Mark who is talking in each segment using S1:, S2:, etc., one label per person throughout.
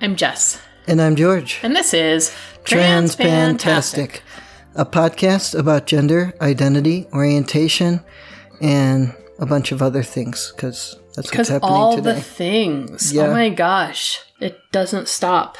S1: I'm Jess,
S2: And I'm George.
S1: and this is
S2: Transpantastic, a podcast about gender, identity, orientation, and a bunch of other things because that's what's
S1: Because
S2: happening
S1: all
S2: today.
S1: the things.
S2: Yeah.
S1: Oh my gosh, it doesn't stop.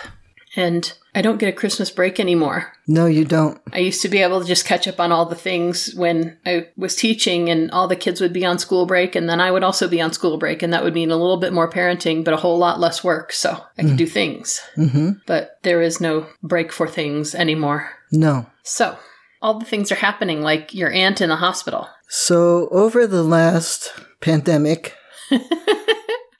S1: And I don't get a Christmas break anymore.
S2: no, you don't.
S1: I used to be able to just catch up on all the things when I was teaching, and all the kids would be on school break, and then I would also be on school break, and that would mean a little bit more parenting, but a whole lot less work. So I
S2: Mm.
S1: could do things.
S2: hmm
S1: But there is no break for things anymore.
S2: No.
S1: So all the things are happening, like your aunt in the hospital.
S2: So over the last pandemic,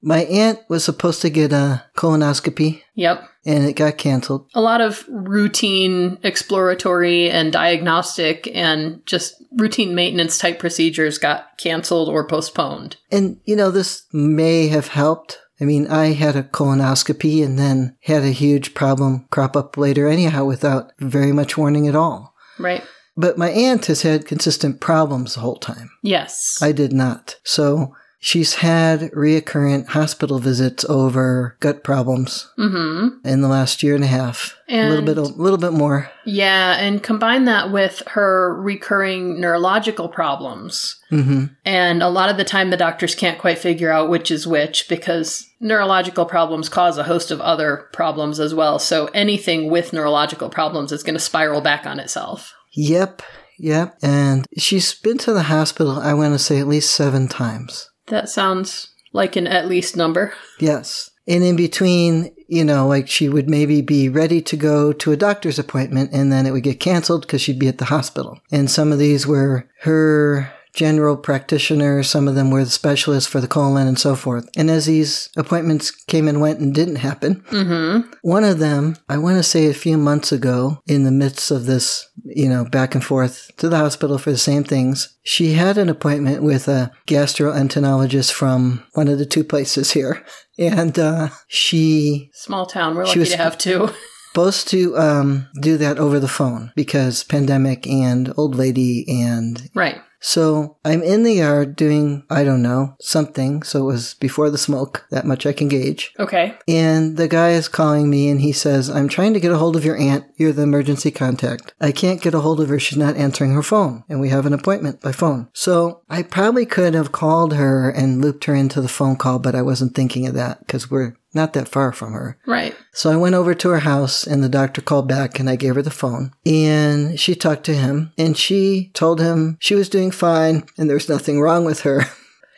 S2: my aunt was supposed to get a colonoscopy
S1: Yep.
S2: and it got canceled.
S1: a lot of routine exploratory and diagnostic and just routine maintenance type procedures got canceled or postponed.
S2: And, you know, this may have helped. I mean, I had a colonoscopy and then had a huge problem crop up later, anyhow, without very much warning at all.
S1: Right?
S2: But my aunt has had consistent problems the whole time.
S1: Yes.
S2: I did not. So she's had recurrent hospital visits over gut problems
S1: mm-hmm.
S2: in the last year and a half. a little
S1: And-
S2: bit, a little bit more.
S1: Yeah, and combine that with her recurring neurological problems.
S2: hmm
S1: And a lot of the time, the doctors can't quite figure out which is which because neurological problems cause a host of other problems as well. So anything with neurological problems is going to spiral back on itself.
S2: Yep, yep. And she's been to the hospital. I want to say at least seven times.
S1: That sounds like an at least number.
S2: Yes. And in between, you know, like she would maybe be ready to go to a doctor's appointment and then it would get canceled because she'd be at the hospital. And some of these were her general practitioner, some of them were the specialists for the colon and so forth. And as these appointments came and went and didn't happen,
S1: Mm hmm.
S2: one of them, I want to say a few months ago, in the midst of this, you know, back and forth to the hospital for the same things, she had an appointment with a gastroenterologist from one of the two places here. And uh, she
S1: Small town. We're lucky
S2: She was-
S1: to have two.
S2: supposed to um, do that over the phone because pandemic and old lady and
S1: right.
S2: so I'm in the yard doing, I don't know, something. So it was before the smoke, that much I can gauge.
S1: Okay.
S2: And the guy is calling me and he says, I'm trying to get a hold of your aunt. You're the emergency contact. I can't get a hold of her. She's not answering her phone. And we have an appointment by phone. So I probably could have called her and looped her into the phone call, but I wasn't thinking of that because we're not that far from her.
S1: Right.
S2: So I went over to her house and the doctor called back and I gave her the phone and she talked to him and she told him she was doing fine and there was nothing wrong with her.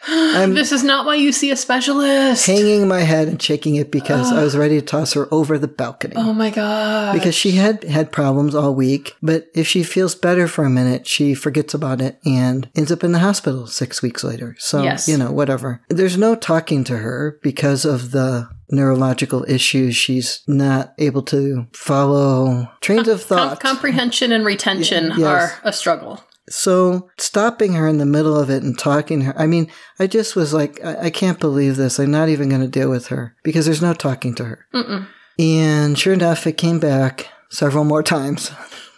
S2: I'm
S1: This is not why you see a specialist.
S2: hanging my head and shaking it because I was ready to toss her over the balcony.
S1: oh my God.
S2: because she had had problems all week, but if she feels better for a minute, she forgets about it and ends up in the hospital six weeks later. So,
S1: Yes.
S2: you know, whatever. There's no talking to her because of the neurological issues. She's not able to follow trains of
S1: Com-
S2: thought.
S1: comprehension and retention
S2: yes.
S1: are a struggle.
S2: So stopping her in the middle of it and talking to her, I mean, I just was like, I, I can't believe this. I'm not even going to deal with her because there's no talking to her.
S1: Mm-mm.
S2: And sure enough, it came back several more times.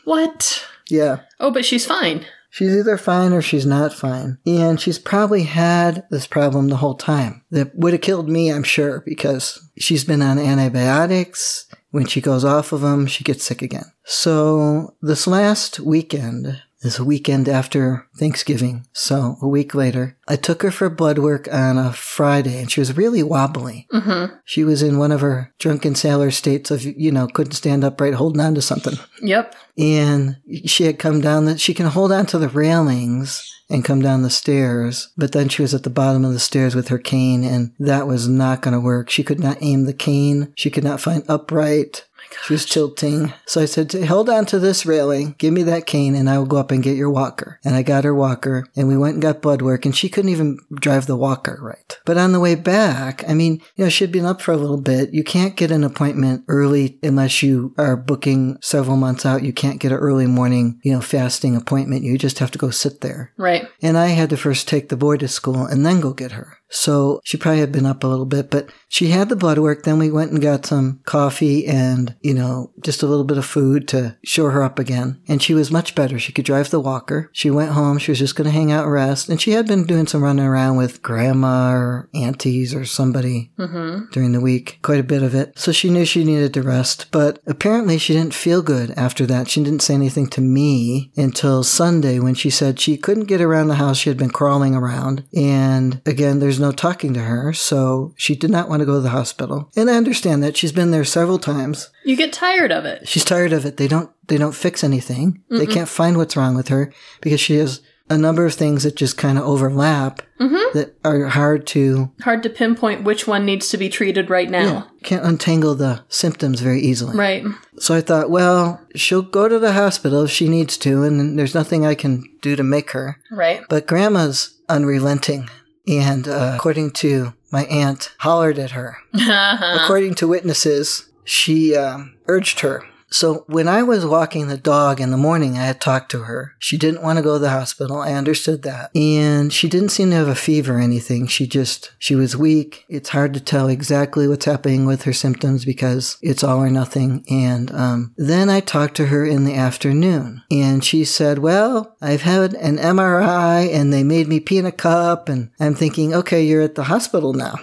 S1: What?
S2: yeah.
S1: Oh, but she's fine.
S2: She's either fine or she's not fine. And she's probably had this problem the whole time. That would have killed me, I'm sure, because she's been on antibiotics. When she goes off of them, she gets sick again. So this last weekend is a weekend after Thanksgiving. So a week later, I took her for blood work on a Friday and she was really wobbly.
S1: Mm-hmm.
S2: She was in one of her drunken sailor states of, you know, couldn't stand upright, holding on to something
S1: Yep.
S2: and she had come down the she can hold on to the railings and come down the stairs but then she was at the bottom of the stairs with her cane and that was not going to work she could not aim the cane she could not find upright she was tilting so i said "T- hold on to this railing give me that cane and i will go up and get your walker and i got her walker and we went and got blood work and she couldn't even drive the walker right but on the way back i mean you know she'd been up for a little bit you can't get an appointment early unless you are booking several months out you can't get an early morning you know fasting appointment you just have to go sit there
S1: Right.
S2: and I had to first take the boy to school and then go get her. So she probably had been up a little bit, but she had the blood work. Then we went and got some coffee and, you know, just a little bit of food to shore her up again. And she was much better. She could drive the walker. She went home. She was just going to hang out and rest. And she had been doing some running around with grandma or aunties or somebody
S1: Mm-hmm.
S2: during the week, quite a bit of it. So she knew she needed to rest, but apparently she didn't feel good after that. She didn't say anything to me until Sunday when she said she couldn't get around the house. She had been crawling around. And again, there's no talking to her. So she did not want to go to the hospital. And I understand that she's been there several times.
S1: You get tired of it.
S2: She's tired of it. They don't, they don't fix anything. They can't find what's wrong with her because she has a number of things that just kind of overlap
S1: Mhm.
S2: that are hard to
S1: Hard to pinpoint which one needs to be treated right now.
S2: can't untangle the symptoms very easily.
S1: Right.
S2: So I thought, well, she'll go to the hospital if she needs to, and there's nothing I can do to make her.
S1: Right.
S2: But grandma's unrelenting, and uh, according to my aunt, hollered at her.
S1: Uh-huh.
S2: According to witnesses, she um, urged her. So when I was walking the dog in the morning, I had talked to her. She didn't want to go to the hospital. I understood that. And she didn't seem to have a fever or anything. She just, she was weak. It's hard to tell exactly what's happening with her symptoms because it's all or nothing. And um, then I talked to her in the afternoon and she said, well, I've had an MRI and they made me pee in a cup. And I'm thinking, okay, you're at the hospital now.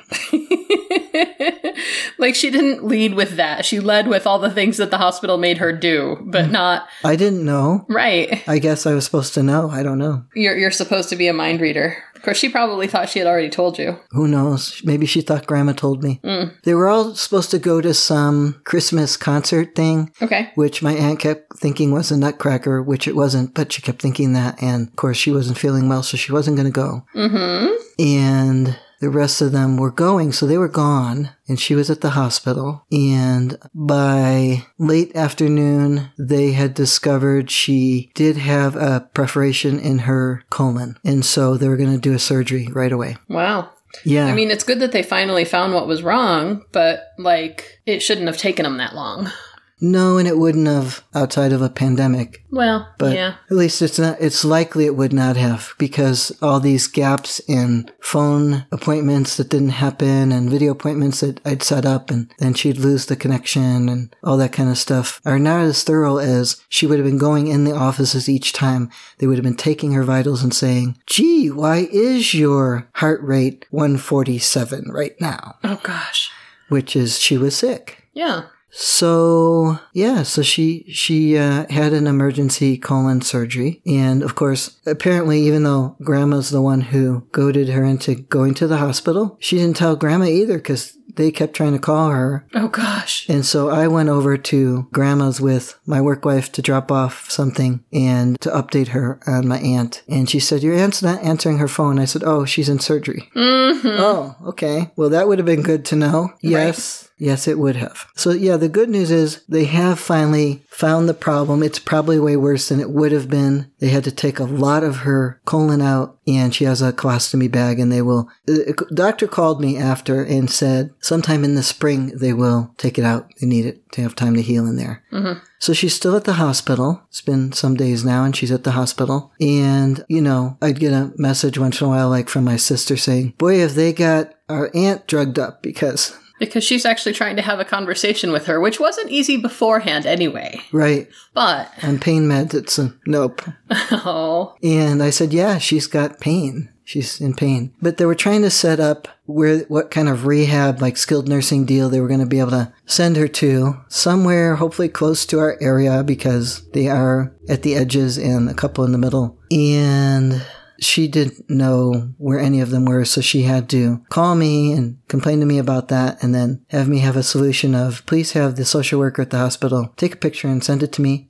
S1: like she didn't lead with that. She led with all the things that the hospital made her do,
S2: Mm-hmm.
S1: but not
S2: I didn't know.
S1: right.
S2: I guess I was supposed to know. I don't know.
S1: You're you're supposed to be a mind reader. Of course, she probably thought she had already told you.
S2: Who knows? Maybe she thought grandma told me. They were all supposed to go to some Christmas concert thing,
S1: Okay.
S2: which my aunt kept thinking was a nutcracker, which it wasn't, but she kept thinking that. And of course, she wasn't feeling well, so she wasn't going to go.
S1: Mm-hmm.
S2: And the rest of them were going, so they were gone. And she was at the hospital. And by late afternoon, they had discovered she did have a perforation in her colon. And so they were going to do a surgery right away.
S1: Wow.
S2: Yeah.
S1: I mean, it's good that they finally found what was wrong, but like it shouldn't have taken them that long.
S2: No, and it wouldn't have outside of a pandemic.
S1: Well,
S2: But
S1: yeah.
S2: at least it's not, it's likely it would not have because all these gaps in phone appointments that didn't happen and video appointments that I'd set up and then she'd lose the connection and all that kind of stuff are not as thorough as she would have been going in the offices each time. They would have been taking her vitals and saying, gee, why is your heart rate 147 right now?
S1: Oh gosh.
S2: Which is she was sick.
S1: Yeah.
S2: So yeah, so she she uh, had an emergency colon surgery, and of course, apparently, even though Grandma's the one who goaded her into going to the hospital, she didn't tell Grandma either because they kept trying to call her.
S1: Oh gosh.
S2: And so I went over to Grandma's with my work wife to drop off something and to update her on my aunt. And she said, "Your aunt's not answering her phone." I said, "Oh, she's in surgery."
S1: Mm-hmm.
S2: Oh, okay. Well, that would have been good to know. Yes. Yes, it would have. So, yeah, the good news is they have finally found the problem. It's probably way worse than it would have been. They had to take a lot of her colon out, and she has a colostomy bag, and they will. The doctor called me after and said sometime in the spring they will take it out. They need it to have time to heal in there. So she's still at the hospital. It's been some days now, and she's at the hospital. And, you know, I'd get a message once in a while, like from my sister saying, Boy, have they got our aunt drugged up because,
S1: Because she's actually trying to have a conversation with her, which wasn't easy beforehand anyway.
S2: right,
S1: But
S2: on pain meds, it's a nope.
S1: oh,
S2: And I said, Yeah, she's got pain. She's in pain. But they were trying to set up where, what kind of rehab, like skilled nursing deal they were going to be able to send her to somewhere, hopefully close to our area because they are at the edges and a couple in the middle. And she didn't know where any of them were, so she had to call me and complain to me about that and then have me have a solution of please have the social worker at the hospital take a picture and send it to me.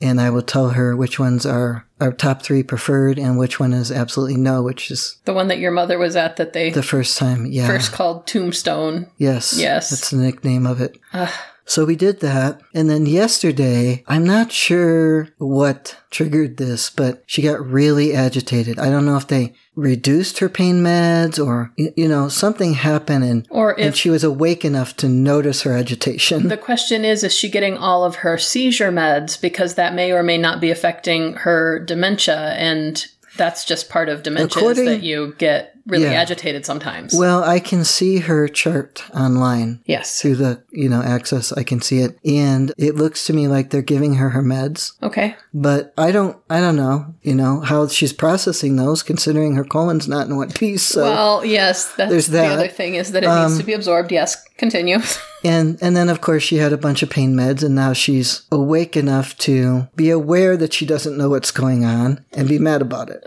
S2: And I will tell her which ones are our top three preferred and which one is absolutely no, which is
S1: the one that your mother was at that they
S2: the first time. Yeah.
S1: first called Tombstone.
S2: Yes.
S1: Yes.
S2: That's the nickname of it.
S1: Ugh.
S2: So we did that. And then yesterday, I'm not sure what triggered this, but she got really agitated. I don't know if they reduced her pain meds or, y- you know, something happened and,
S1: Or
S2: and
S1: if
S2: she was awake enough to notice her agitation.
S1: the question is, is she getting all of her seizure meds because that may or may not be affecting her dementia and that's just part of dementia is
S2: According-
S1: that you get really
S2: Yeah.
S1: agitated sometimes.
S2: Well, I can see her chart online
S1: yes.
S2: through the, you know, access. I can see it. And it looks to me like they're giving her her meds,
S1: Okay.
S2: but I don't, I don't know, you know, how she's processing those considering her colon's not in one piece. So,
S1: well, yes. That's
S2: there's
S1: The
S2: that. Um,
S1: other thing is that it needs to be absorbed. Yes. Continue.
S2: and, and then of course she had a bunch of pain meds and now she's awake enough to be aware that she doesn't know what's going on and be mad about it.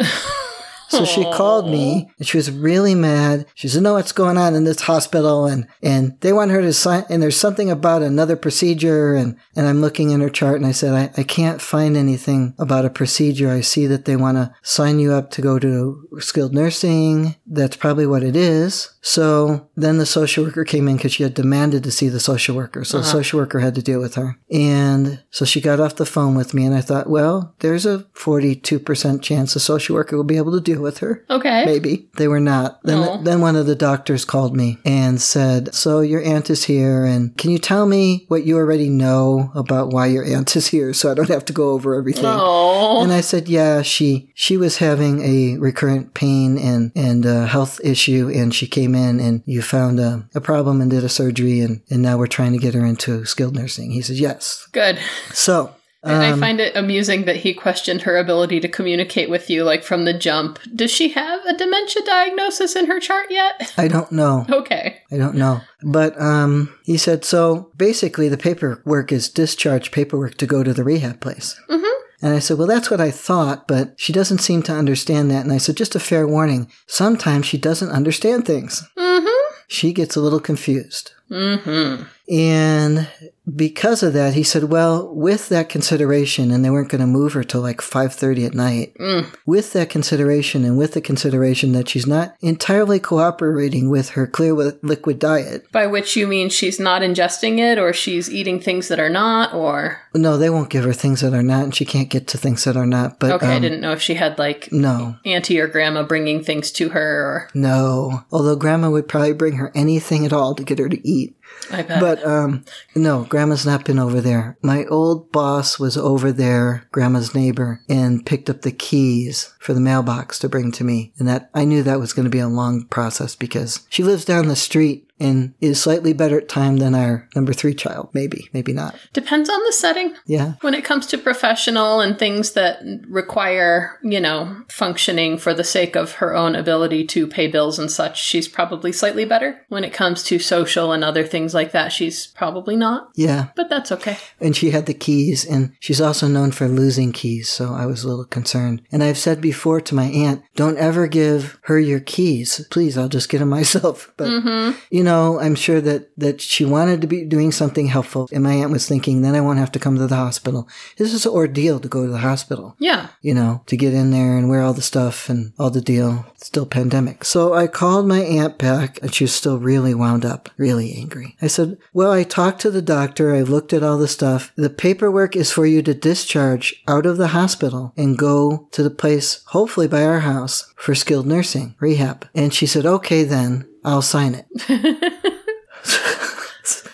S2: So she called me and she was really mad. She said, know what's going on in this hospital and, and they want her to sign and there's something about another procedure and, and I'm looking in her chart and I said, I, I can't find anything about a procedure. I see that they want to sign you up to go to skilled nursing. That's probably what it is. So then the social worker came in because she had demanded to see the social worker. So the social worker had to deal with her. And so she got off the phone with me and I thought, well, there's a 42% chance the social worker will be able to deal with her.
S1: okay.
S2: Maybe they were not. Then,
S1: No.
S2: then one of the doctors called me and said, "So your aunt is here, and can you tell me what you already know about why your aunt is here, so I don't have to go over everything?"
S1: Oh.
S2: And I said, "Yeah, she she was having a recurrent pain and and uh, health issue, and she came in, and you found a, a problem and did a surgery, and and now we're trying to get her into skilled nursing." He said, "Yes."
S1: Good.
S2: So
S1: I
S2: um,
S1: find it amusing that he questioned her ability to communicate with you, like from the jump. Does she have a dementia diagnosis in her chart yet?
S2: I don't know.
S1: Okay.
S2: I don't know. But um, he said, so basically the paperwork is discharge paperwork to go to the rehab place. Mm-hmm. And I said, well, that's what I thought, but she doesn't seem to understand that. And I said, just a fair warning. Sometimes she doesn't understand things.
S1: Mm
S2: She gets a little confused.
S1: hmm. Mm hmm.
S2: And because of that, he said, well, with that consideration, and they weren't going to move her till like 5.30 at night,
S1: Mm.
S2: with that consideration and with the consideration that she's not entirely cooperating with her clear wi- liquid diet,
S1: By which you mean she's not ingesting it or she's eating things that are not or
S2: No, they won't give her things that are not, and she can't get to things that are not. But
S1: Okay, I
S2: um,
S1: didn't know if she had like
S2: No,
S1: auntie or grandma bringing things to her
S2: no. Although Grandma would probably bring her anything at all to get her to eat.
S1: or I bet.
S2: But um, no, Grandma's not been over there. My old boss was over there, Grandma's neighbor, and picked up the keys for the mailbox to bring to me. And that I knew that was going to be a long process because she lives down the street and is slightly better at time than our number three child. Maybe, maybe not.
S1: Depends on the setting.
S2: Yeah.
S1: When it comes to professional and things that require, you know, functioning for the sake of her own ability to pay bills and such, she's probably slightly better. When it comes to social and other things like that, she's probably not.
S2: Yeah.
S1: But that's okay.
S2: and she had the keys and she's also known for losing keys so i was a little concerned and i've said before to my aunt don't ever give her your keys please i'll just get them myself but you know i'm sure that that she wanted to be doing something helpful and my aunt was thinking then i won't have to come to the hospital this is an ordeal to go to the hospital
S1: Yeah.
S2: you know, to get in there and wear all the stuff and all the deal. Still pandemic. So I called my aunt back and she was still really wound up, really angry. I said, Well, I talked to the doctor. I looked at all the stuff. The paperwork is for you to discharge out of the hospital and go to the place, hopefully by our house, for skilled nursing, rehab. And she said, Okay, then I'll sign it.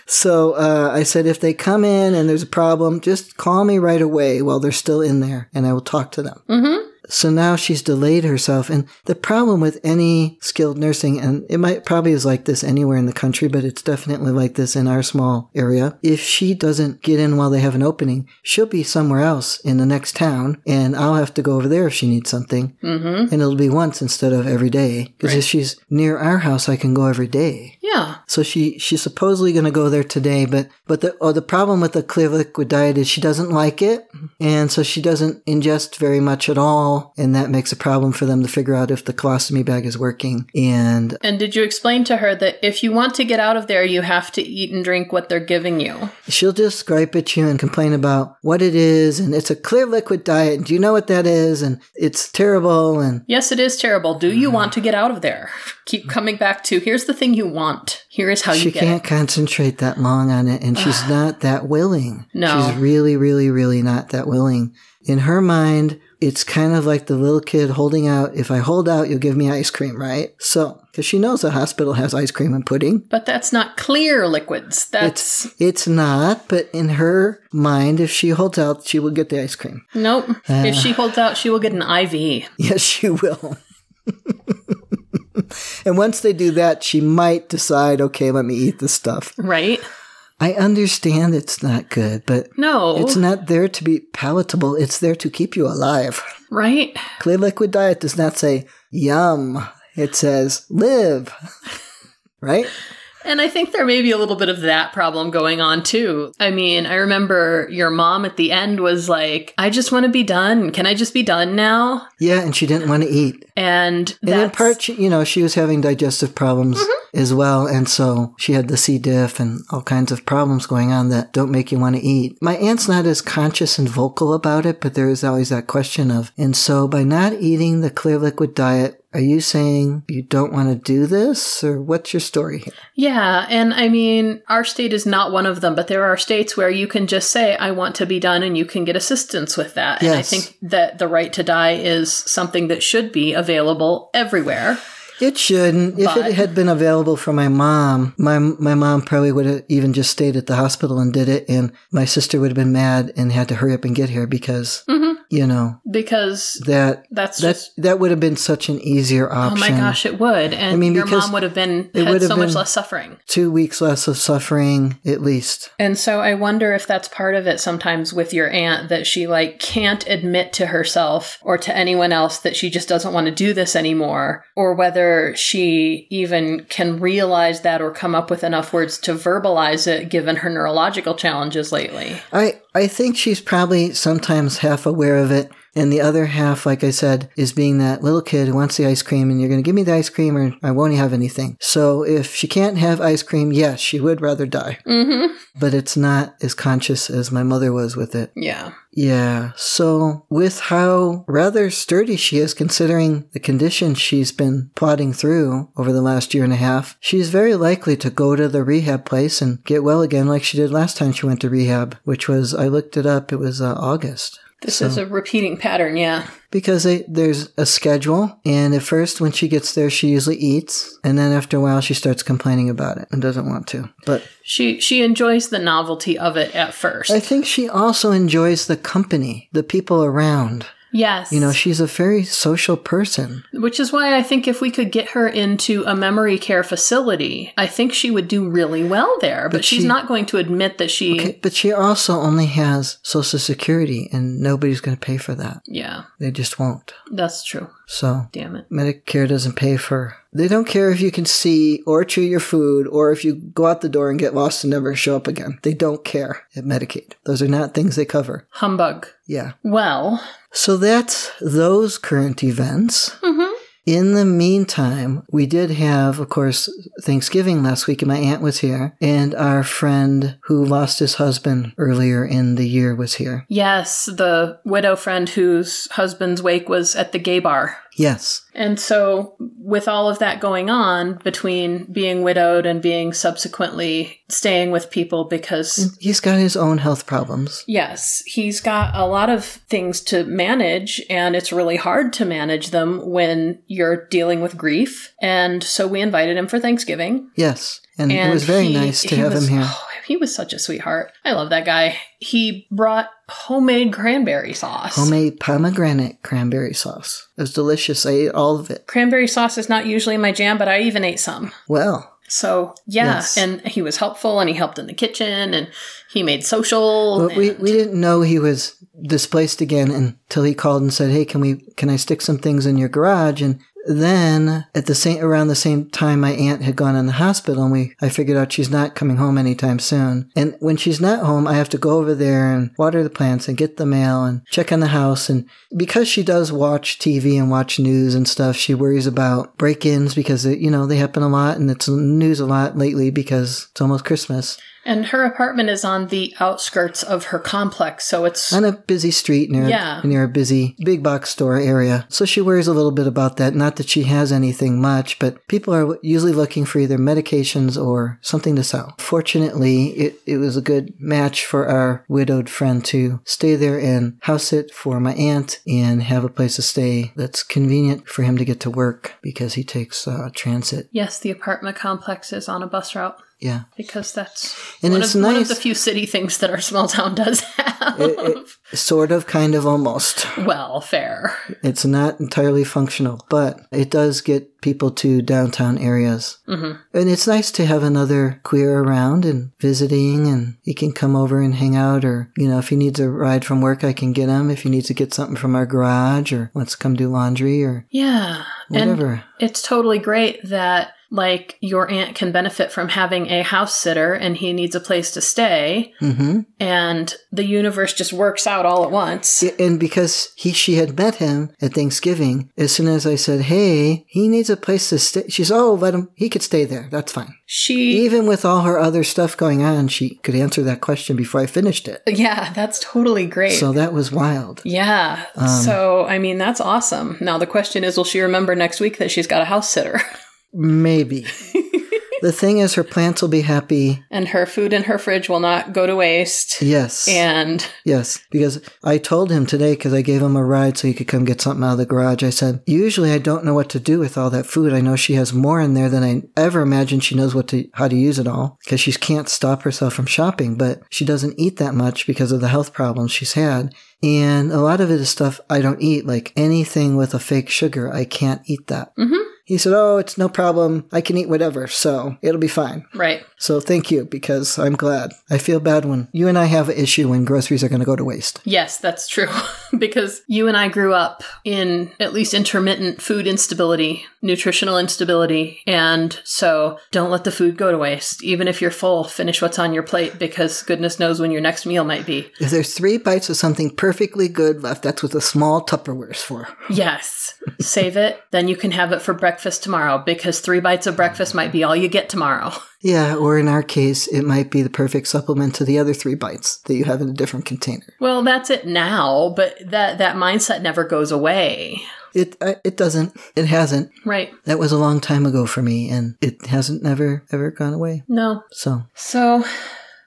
S2: So uh, I said, if they come in and there's a problem, just call me right away while they're still in there, and I will talk to them. Mm-hmm. So now she's delayed herself, and the problem with any skilled nursing, and it might probably is like this anywhere in the country, but it's definitely like this in our small area. If she doesn't get in while they have an opening, she'll be somewhere else in the next town, and I'll have to go over there if she needs something,
S1: Mm-hmm.
S2: and it'll be once instead of every day. Because if she's near our house, I can go every day.
S1: Yeah.
S2: So she she's supposedly going to go there today, but but the oh, the problem with the clear liquid diet is she doesn't like it, and so she doesn't ingest very much at all, and that makes a problem for them to figure out if the colostomy bag is working. And
S1: And did you explain to her that if you want to get out of there, you have to eat and drink what they're giving you?
S2: she'll just gripe at you and complain about what it is, and it's a clear liquid diet. and Do you know what that is? And it's terrible. And
S1: Yes, it is terrible. Do you want to get out of there? Keep coming back to here's the thing you want. Here is how
S2: she
S1: you get
S2: can't concentrate that long on it, and she's not that willing.
S1: No.
S2: She's really, really, really not that willing. In her mind, it's kind of like the little kid holding out. If I hold out, you'll give me ice cream, right? So, because she knows the hospital has ice cream and pudding.
S1: But that's not clear liquids. That's
S2: It's not, but in her mind, if she holds out, she will get the ice cream.
S1: nope.
S2: uh,
S1: if she holds out, she will get an IV.
S2: Yes, she will. and once they do that, she might decide, okay, let me eat this stuff.
S1: Right?
S2: I understand it's not good, but
S1: No.
S2: it's not there to be palatable. It's there to keep you alive.
S1: right?
S2: Clear liquid diet does not say yum. It says live. right?
S1: And I think there may be a little bit of that problem going on too. I mean, I remember your mom at the end was like, I just want to be done. Can I just be done now?
S2: Yeah, and she didn't want to eat.
S1: And
S2: And in
S1: that's
S2: part, she, you know, she was having digestive problems as well. And so she had the C. diff and all kinds of problems going on that don't make you want to eat. My aunt's not as conscious and vocal about it, but there is always that question of, and so by not eating the clear liquid diet, are you saying you don't want to do this or what's your story here?
S1: Yeah, and I mean, our state is not one of them, but there are states where you can just say, I want to be done, and you can get assistance with that. And I
S2: Yes.
S1: think that the right to die is something that should be available everywhere.
S2: It shouldn't. If
S1: But-
S2: it had been available for my mom, my my mom probably would have even just stayed at the hospital and did it, and my sister would have been mad and had to hurry up and get here because you know
S1: Because
S2: that
S1: Mm-hmm. that's
S2: that
S1: just,
S2: that would have been such an easier
S1: oh
S2: option.
S1: my gosh, it would. And
S2: mean,
S1: your
S2: because
S1: mom would have been,
S2: it
S1: had
S2: would have
S1: so much
S2: been-
S1: less suffering.
S2: Two weeks less of suffering, at least.
S1: And so I wonder if that's part of it sometimes with your aunt that she like can't admit to herself or to anyone else that she just doesn't want to do this anymore or whether she even can realize that or come up with enough words to verbalize it given her neurological challenges lately.
S2: I I think she's probably sometimes half aware of it, and the other half, like I said, is being that little kid who wants the ice cream, and you're going to give me the ice cream, or I won't have anything. So if she can't have ice cream, yes, she would rather die.
S1: Mhm.
S2: but it's not as conscious as my mother was with it.
S1: Yeah.
S2: Yeah. So, with how rather sturdy she is considering the condition she's been plodding through over the last year and a half, she's very likely to go to the rehab place and get well again like she did last time she went to rehab, which was, I looked it up, it was uh, August.
S1: This is a repeating pattern, yeah.
S2: Because they, there's a schedule, and at first, when she gets there, she usually eats, and then after a while, she starts complaining about it and doesn't want to. But
S1: She she enjoys the novelty of it at first.
S2: I think she also enjoys the company, the people around.
S1: yes.
S2: You know, she's a very social person.
S1: Which is why I think if we could get her into a memory care facility, I think she would do really well there. But, she's
S2: she-
S1: not going to admit that she.
S2: But she also only has Social Security, and nobody's going to pay for that.
S1: Yeah,
S2: They just won't.
S1: that's true.
S2: So,
S1: Damn it.
S2: Medicare doesn't pay for. They don't care if you can see or chew your food or if you go out the door and get lost and never show up again. They don't care at Medicaid. Those are not things they cover.
S1: Humbug.
S2: Yeah.
S1: Well,
S2: So that's those current events.
S1: Mhm.
S2: In the meantime, we did have, of course, Thanksgiving last week, and my aunt was here, and our friend who lost his husband earlier in the year was here.
S1: yes, the widow friend whose husband's wake was at the gay bar.
S2: Yes.
S1: And so, with all of that going on between being widowed and being subsequently staying with people because
S2: He's got his own health problems.
S1: Yes, he's got a lot of things to manage, and it's really hard to manage them when you're dealing with grief. And so we invited him for Thanksgiving.
S2: Yes. And,
S1: And
S2: it was very
S1: he-
S2: nice to
S1: he
S2: have
S1: was-
S2: him here.
S1: oh, he was such a sweetheart. I love that guy. He brought homemade cranberry sauce.
S2: Homemade pomegranate cranberry sauce. It was delicious. I ate all of it.
S1: Cranberry sauce is not usually my jam, but I even ate some.
S2: Well,
S1: So yeah,
S2: Yes.
S1: and he was helpful, and he helped in the kitchen, and he made social.
S2: But we,
S1: and-
S2: we didn't know he was displaced again until he called and said, "Hey, can we can I stick some things in your garage?" And then at the same around the same time, my aunt had gone in the hospital, and we I figured out she's not coming home anytime soon. And when she's not home, I have to go over there and water the plants and get the mail and check on the house. And because she does watch TV and watch news and stuff, she worries about break-ins because you know they happen a lot, and it's news a lot lately because it's almost Christmas.
S1: And her apartment is on the outskirts of her complex, so it's
S2: on a busy street near
S1: Yeah.
S2: near a busy big box store area. So she worries a little bit about that. Not that she has anything much, but people are usually looking for either medications or something to sell. Fortunately, it, it was a good match for our widowed friend to stay there and house it for my aunt and have a place to stay that's convenient for him to get to work because he takes uh, transit.
S1: yes, the apartment complex is on a bus route
S2: Yeah.
S1: because that's
S2: And
S1: one,
S2: it's
S1: of, one
S2: nice-
S1: of the few city things that our small town does have.
S2: It- Sort of, kind of, almost.
S1: well, fair.
S2: It's not entirely functional, but it does get people to downtown areas.
S1: Mhm.
S2: And it's nice to have another queer around and visiting, and he can come over and hang out. Or, you know, if he needs a ride from work, I can get him. If he needs to get something from our garage or wants to come do laundry or
S1: Yeah. And
S2: whatever.
S1: It's totally great that like your aunt can benefit from having a house sitter and he needs a place to stay
S2: hmm
S1: and the universe just works out all at once.
S2: And because he, she had met him at Thanksgiving, as soon as I said, hey, he needs a place to stay, she's, oh, let him, he could stay there. That's fine.
S1: She
S2: Even with all her other stuff going on, she could answer that question before I finished it.
S1: Yeah, that's totally great.
S2: So um, that was wild.
S1: yeah. so I mean that's awesome. Now the question is will she remember next week that she's got a house sitter
S2: Maybe. the thing is, her plants will be happy.
S1: and her food in her fridge will not go to waste
S2: Yes.
S1: and
S2: yes. Because I told him today, because I gave him a ride so he could come get something out of the garage. I said, Usually I don't know what to do with all that food. I know she has more in there than I ever imagined she knows what to, how to use it all because she can't stop herself from shopping, but she doesn't eat that much because of the health problems she's had. And a lot of it is stuff I don't eat, like anything with a fake sugar. I can't eat that.
S1: Mhm.
S2: He said, Oh, it's no problem. I can eat whatever. So it'll be fine.
S1: right.
S2: So thank you because I'm glad. I feel bad when you and I have an issue when groceries are going to go to waste.
S1: Yes, that's true. because you and I grew up in at least intermittent food instability, nutritional instability. And so don't let the food go to waste. Even if you're full, finish what's on your plate because goodness knows when your next meal might be.
S2: If there's three bites of something perfectly good left, that's what the small Tupperware's for.
S1: Yes, save it. Then you can have it for breakfast tomorrow because three bites of breakfast might be all you get tomorrow.
S2: Yeah, or in our case, it might be the perfect supplement to the other three bites that you have in a different container.
S1: Well, that's it now, but that, that mindset never goes away.
S2: It I, it doesn't. It hasn't.
S1: Right.
S2: That was a long time ago for me, and it hasn't never ever gone away.
S1: No,
S2: So
S1: So,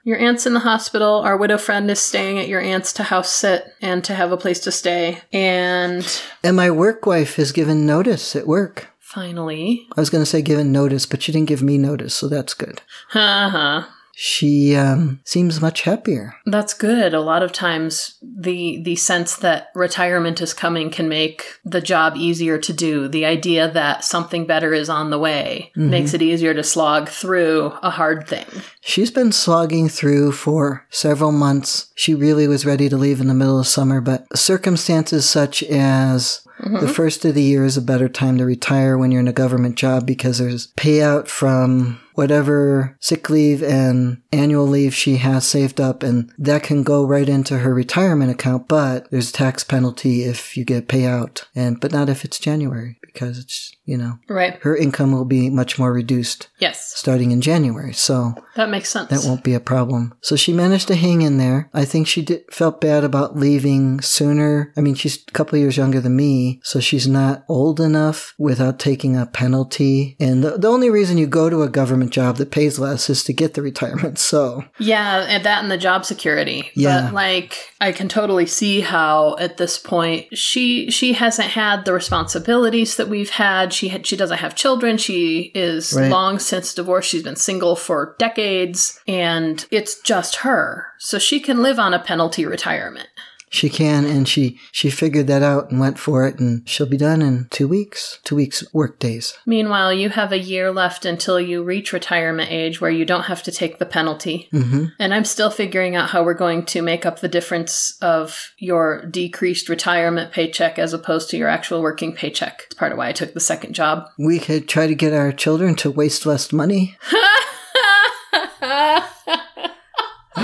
S1: your aunt's in the hospital. Our widow friend is staying at your aunt's to house sit and to have a place to stay. And
S2: And my work wife has given notice at work.
S1: finally,
S2: I was going to say given notice, but she didn't give me notice, so that's good.
S1: haha,
S2: She um, seems much happier.
S1: Uh-huh. that's good. A lot of times, the the sense that retirement is coming can make the job easier to do. The idea that something better is on the way makes it easier to slog through a hard thing.
S2: She's been slogging through for several months. She really was ready to leave in the middle of summer, but circumstances such as the first of the year is a better time to retire when you're in a government job because there's payout from whatever sick leave and annual leave she has saved up, and that can go right into her retirement account. But there's a tax penalty if you get payout, and but not if it's January because it's you know
S1: Right?
S2: her income will be much more reduced
S1: Yes,
S2: starting in January. So
S1: that makes sense.
S2: that won't be a problem. So she managed to hang in there. I think she did, felt bad about leaving sooner. I mean, she's a couple years younger than me, so she's not old enough without taking a penalty. And the, the only reason you go to a government job that pays less is to get the retirement. So
S1: Yeah, and that and the job security.
S2: Yeah.
S1: But like I can totally see how at this point she she hasn't had the responsibilities that we've had. She had, she doesn't have children. She is
S2: Right.
S1: long since divorced. She's been single for decades and it's just her. So she can live on a penalty retirement.
S2: she can, and she she figured that out and went for it, and she'll be done in two weeks, two weeks work days.
S1: Meanwhile, you have a year left until you reach retirement age where you don't have to take the penalty.
S2: hmm
S1: And I'm still figuring out how we're going to make up the difference of your decreased retirement paycheck as opposed to your actual working paycheck. It's part of why I took the second job.
S2: We could try to get our children to waste less money.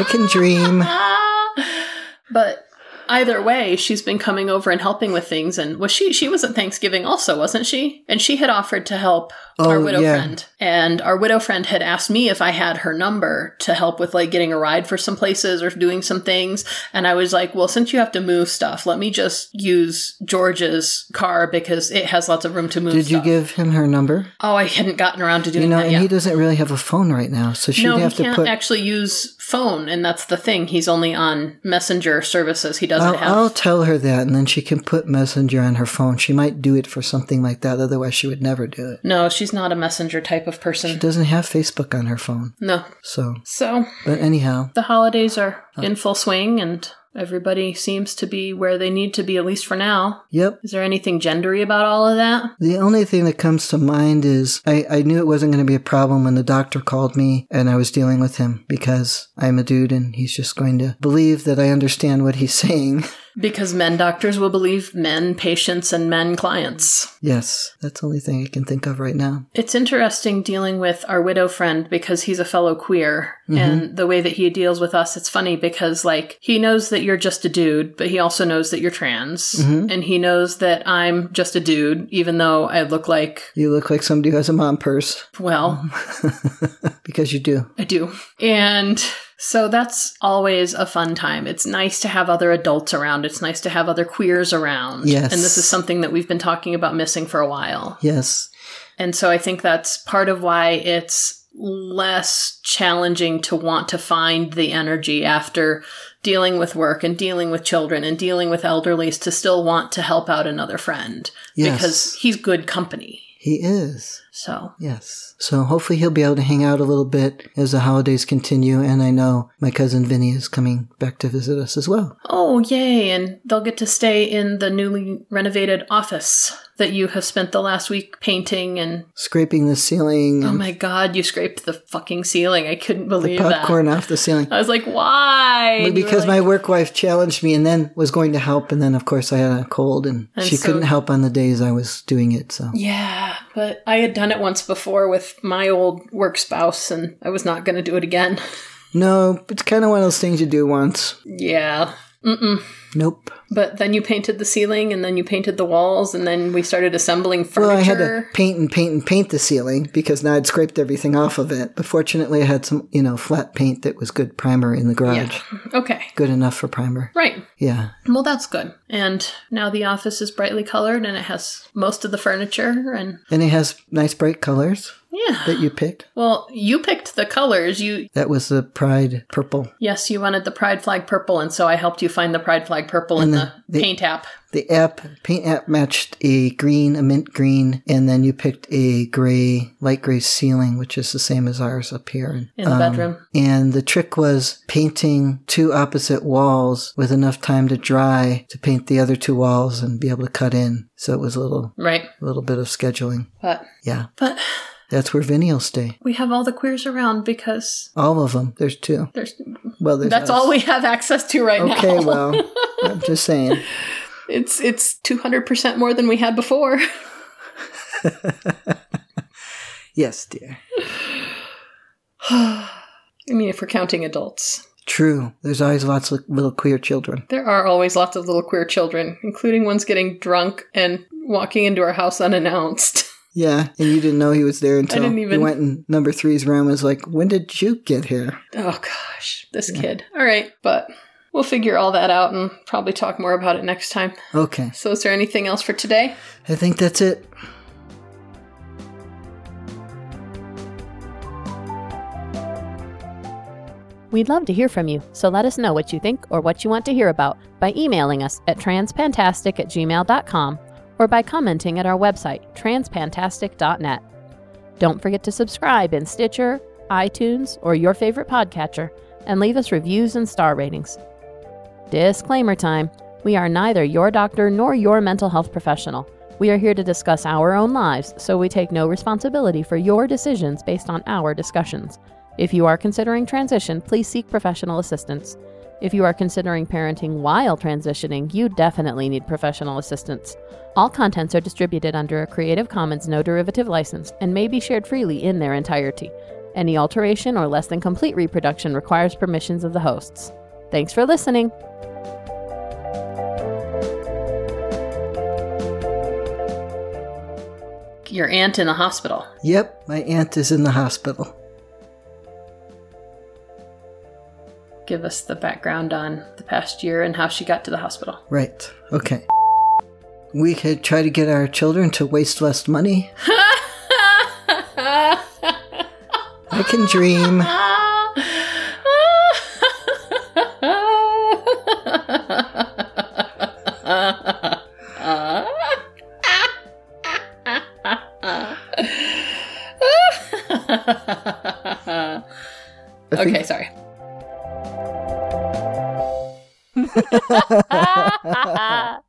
S2: I can dream.
S1: but either way, she's been coming over and helping with things. And was she? She was at Thanksgiving also, wasn't she? And she had offered to help our
S2: Oh,
S1: widow
S2: yeah.
S1: friend. And our widow friend had asked me if I had her number to help with like getting a ride for some places or doing some things. And I was like, well, since you have to move stuff, let me just use George's car because it has lots of room to move.
S2: Did you
S1: stuff.
S2: give him her number?
S1: Oh, I hadn't gotten around to doing
S2: You know,
S1: that
S2: and
S1: yet.
S2: he doesn't really have a phone right now, so she'd
S1: no,
S2: have
S1: he
S2: to
S1: can't
S2: put.
S1: actually use phone, and that's the thing. He's only on messenger services. He doesn't
S2: I'll,
S1: have.
S2: I'll tell her that, and then she can put Messenger on her phone. She might do it for something like that. Otherwise, she would never do it.
S1: no, she's not a messenger type of person.
S2: She doesn't have Facebook on her phone.
S1: No.
S2: So,
S1: So
S2: but anyhow,
S1: the holidays are
S2: Oh.
S1: in full swing, and everybody seems to be where they need to be, at least for now.
S2: yep.
S1: Is there anything gendery about all of that?
S2: The only thing that comes to mind is I, I knew it wasn't going to be a problem when the doctor called me and I was dealing with him because I'm a dude and he's just going to believe that I understand what he's saying.
S1: Because men doctors will believe men patients and men clients.
S2: yes, that's the only thing I can think of right now.
S1: It's interesting dealing with our widow friend because he's a fellow queer and the way that he deals with us it's funny because like he knows that you're just a dude but he also knows that you're trans and he knows that I'm just a dude even though I look like
S2: You look like somebody who has a mom purse Mm-hmm.
S1: well
S2: because you do.
S1: I do. And so that's always a fun time. It's nice to have other adults around. It's nice to have other queers around.
S2: Yes.
S1: And this is something that we've been talking about missing for a while.
S2: Yes.
S1: And so I think that's part of why it's less challenging to want to find the energy after dealing with work and dealing with children and dealing with elderlies to still want to help out another friend
S2: Yes.
S1: because he's good company.
S2: He is.
S1: So
S2: Yes. So hopefully he'll be able to hang out a little bit as the holidays continue. And I know my cousin Vinny is coming back to visit us as well.
S1: Oh, yay. And they'll get to stay in the newly renovated office that you have spent the last week painting. And
S2: Scraping the ceiling
S1: oh
S2: and
S1: my God, you scraped the fucking ceiling. I couldn't believe
S2: popcorn off the ceiling.
S1: that. I was like, why? And you were
S2: because
S1: like-
S2: my work wife challenged me and then was going to help. And then, of course, I had a cold and
S1: And
S2: she
S1: so-
S2: couldn't help on the days I was doing it. So,
S1: Yeah, but I had done it once before with my old work spouse, and I was not going to do it again.
S2: no, it's kind of one of those things you do once.
S1: yeah.
S2: Nope.
S1: But then you painted the ceiling, and then you painted the walls, and then we started assembling furniture.
S2: Well, I had to paint and paint and paint the ceiling because now I'd scraped everything off of it. But fortunately, I had some, you know, flat paint that was good primer in the garage.
S1: okay.
S2: Good enough for primer.
S1: Right.
S2: Yeah.
S1: Well, that's good. And now the office is brightly colored, and it has most of the furniture, and
S2: And it has nice bright colors
S1: yeah.
S2: that you picked.
S1: Well, you picked the colors. You
S2: That was the Pride Purple.
S1: yes, you wanted the pride flag purple, and so I helped you find the pride flag purple in the, paint app.
S2: The app paint app matched a green, a mint green, and then you picked a gray, light gray ceiling, which is the same as ours up here. And, um,
S1: In the bedroom.
S2: and the trick was painting two opposite walls with enough time to dry to paint the other two walls and be able to cut in. So it was a little,
S1: Right.
S2: a little bit of scheduling.
S1: But
S2: Yeah,
S1: but
S2: that's where Vinny will stay.
S1: we have all the queers around because
S2: All of them. There's two.
S1: there's
S2: Well, there's
S1: that's
S2: us.
S1: all we have access to right now.
S2: Okay, well, I'm just saying.
S1: It's it's two hundred percent more than we had before.
S2: Yes, dear.
S1: I mean, if we're counting adults,
S2: True. There's always lots of little queer children.
S1: there are always lots of little queer children, including ones getting drunk and walking into our house unannounced.
S2: Yeah, and you didn't know he was there until
S1: didn't even-
S2: you went in number three's room. and Was like, when did you get here?
S1: Oh gosh, this kid. All right, but we'll figure all that out and probably talk more about it next time.
S2: Okay,
S1: So, is there anything else for today?
S2: I think that's it.
S3: We'd love to hear from you, so let us know what you think or what you want to hear about by emailing us at transpantastic at gmail.com or by commenting at our website, transpantastic.net. Don't forget to subscribe in Stitcher, iTunes, or your favorite podcatcher and leave us reviews and star ratings. Disclaimer time we are neither your doctor nor your mental health professional. We are here to discuss our own lives, so we take no responsibility for your decisions based on our discussions. If you are considering transition, please seek professional assistance. If you are considering parenting while transitioning, you definitely need professional assistance. All contents are distributed under a Creative Commons no derivative license and may be shared freely in their entirety. Any alteration or less than complete reproduction requires permissions of the hosts. Thanks for listening!
S4: your aunt in the hospital.
S1: Yep, my aunt is in the hospital.
S4: Give us the background on the past year and how she got to the hospital.
S1: Right. Okay. We could try to get our children to waste less money. I can dream. I think-
S4: okay, sorry.
S5: That's